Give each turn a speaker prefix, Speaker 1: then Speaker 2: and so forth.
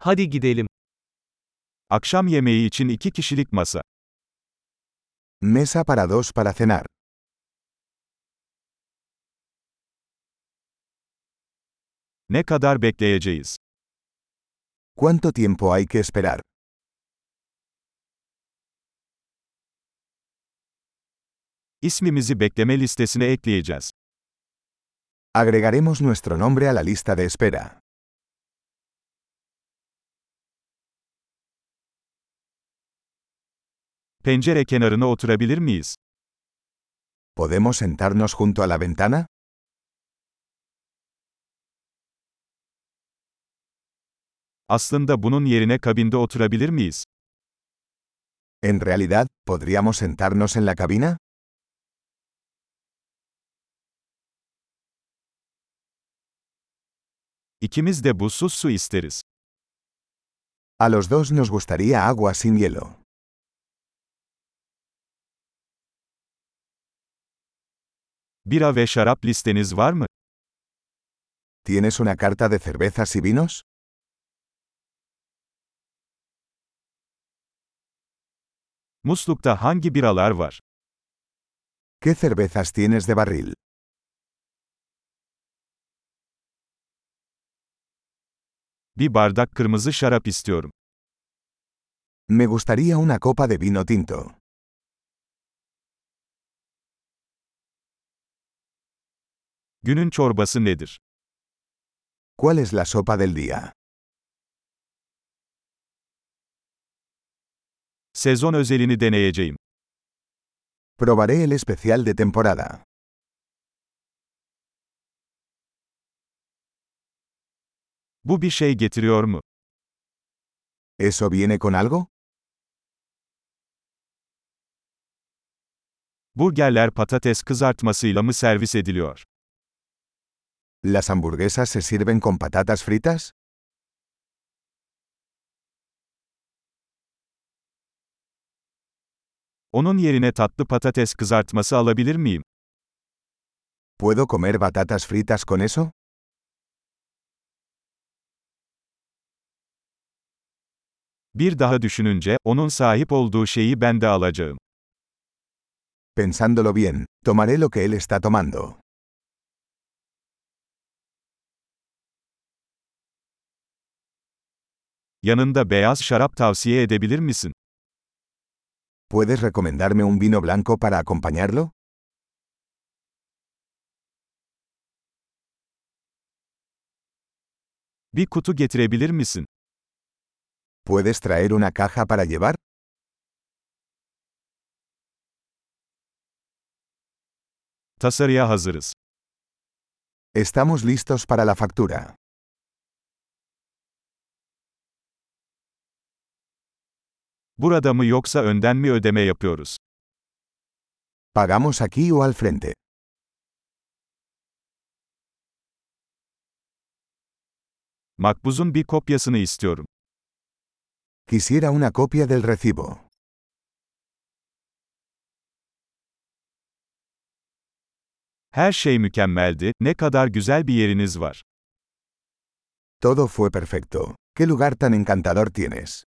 Speaker 1: Hadi gidelim.
Speaker 2: Akşam yemeği için iki kişilik masa.
Speaker 3: Mesa para dos para cenar.
Speaker 2: Ne kadar bekleyeceğiz?
Speaker 3: ¿Cuánto tiempo hay que esperar?
Speaker 2: İsmimizi bekleme listesine ekleyeceğiz.
Speaker 3: Agregaremos nuestro nombre a la lista de espera.
Speaker 2: Pencere kenarına oturabilir miyiz?
Speaker 3: ¿Podemos sentarnos junto a la ventana?
Speaker 2: Aslında bunun yerine kabinde oturabilir miyiz?
Speaker 3: En realidad, ¿podríamos sentarnos en la cabina?
Speaker 2: İkimiz de buzsuz su isteriz.
Speaker 3: A los dos nos gustaría agua sin hielo.
Speaker 2: Bira ve şarap listeniz var mı?
Speaker 3: ¿Tienes una carta de cervezas y vinos?
Speaker 2: Muslukta hangi biralar var?
Speaker 3: ¿Qué cervezas tienes de barril?
Speaker 2: Bir bardak kırmızı şarap istiyorum.
Speaker 3: Me gustaría una copa de vino tinto.
Speaker 2: Günün çorbası nedir?
Speaker 3: ¿Cuál es la sopa del día?
Speaker 2: Sezon özelini deneyeceğim.
Speaker 3: Probaré el especial de temporada.
Speaker 2: Bu bir şey getiriyor mu?
Speaker 3: ¿Eso viene con algo?
Speaker 2: Burgerler patates kızartmasıyla mı servis ediliyor?
Speaker 3: ¿Las hamburguesas se sirven con patatas fritas?
Speaker 2: Onun yerine tatlı patates kızartması alabilir miyim?
Speaker 3: ¿Puedo comer batatas fritas con eso?
Speaker 2: Bir daha düşününce, onun sahip olduğu şeyi ben de alacağım.
Speaker 3: Pensándolo bien, tomaré lo que él está tomando.
Speaker 2: Yanında beyaz şarap tavsiye edebilir misin?
Speaker 3: ¿Puedes recomendarme un vino blanco para acompañarlo?
Speaker 2: Bir kutu getirebilir misin?
Speaker 3: ¿Puedes traer una caja para llevar?
Speaker 2: Tasarıya hazırız.
Speaker 3: Estamos listos para la factura.
Speaker 2: Burada mı yoksa önden mi ödeme yapıyoruz?
Speaker 3: ¿Pagamos aquí o al frente?
Speaker 2: Makbuzun bir kopyasını istiyorum.
Speaker 3: Quisiera una copia del recibo.
Speaker 2: Her şey mükemmeldi, ne kadar güzel bir yeriniz var.
Speaker 3: Todo fue perfecto. ¿Qué lugar tan encantador tienes?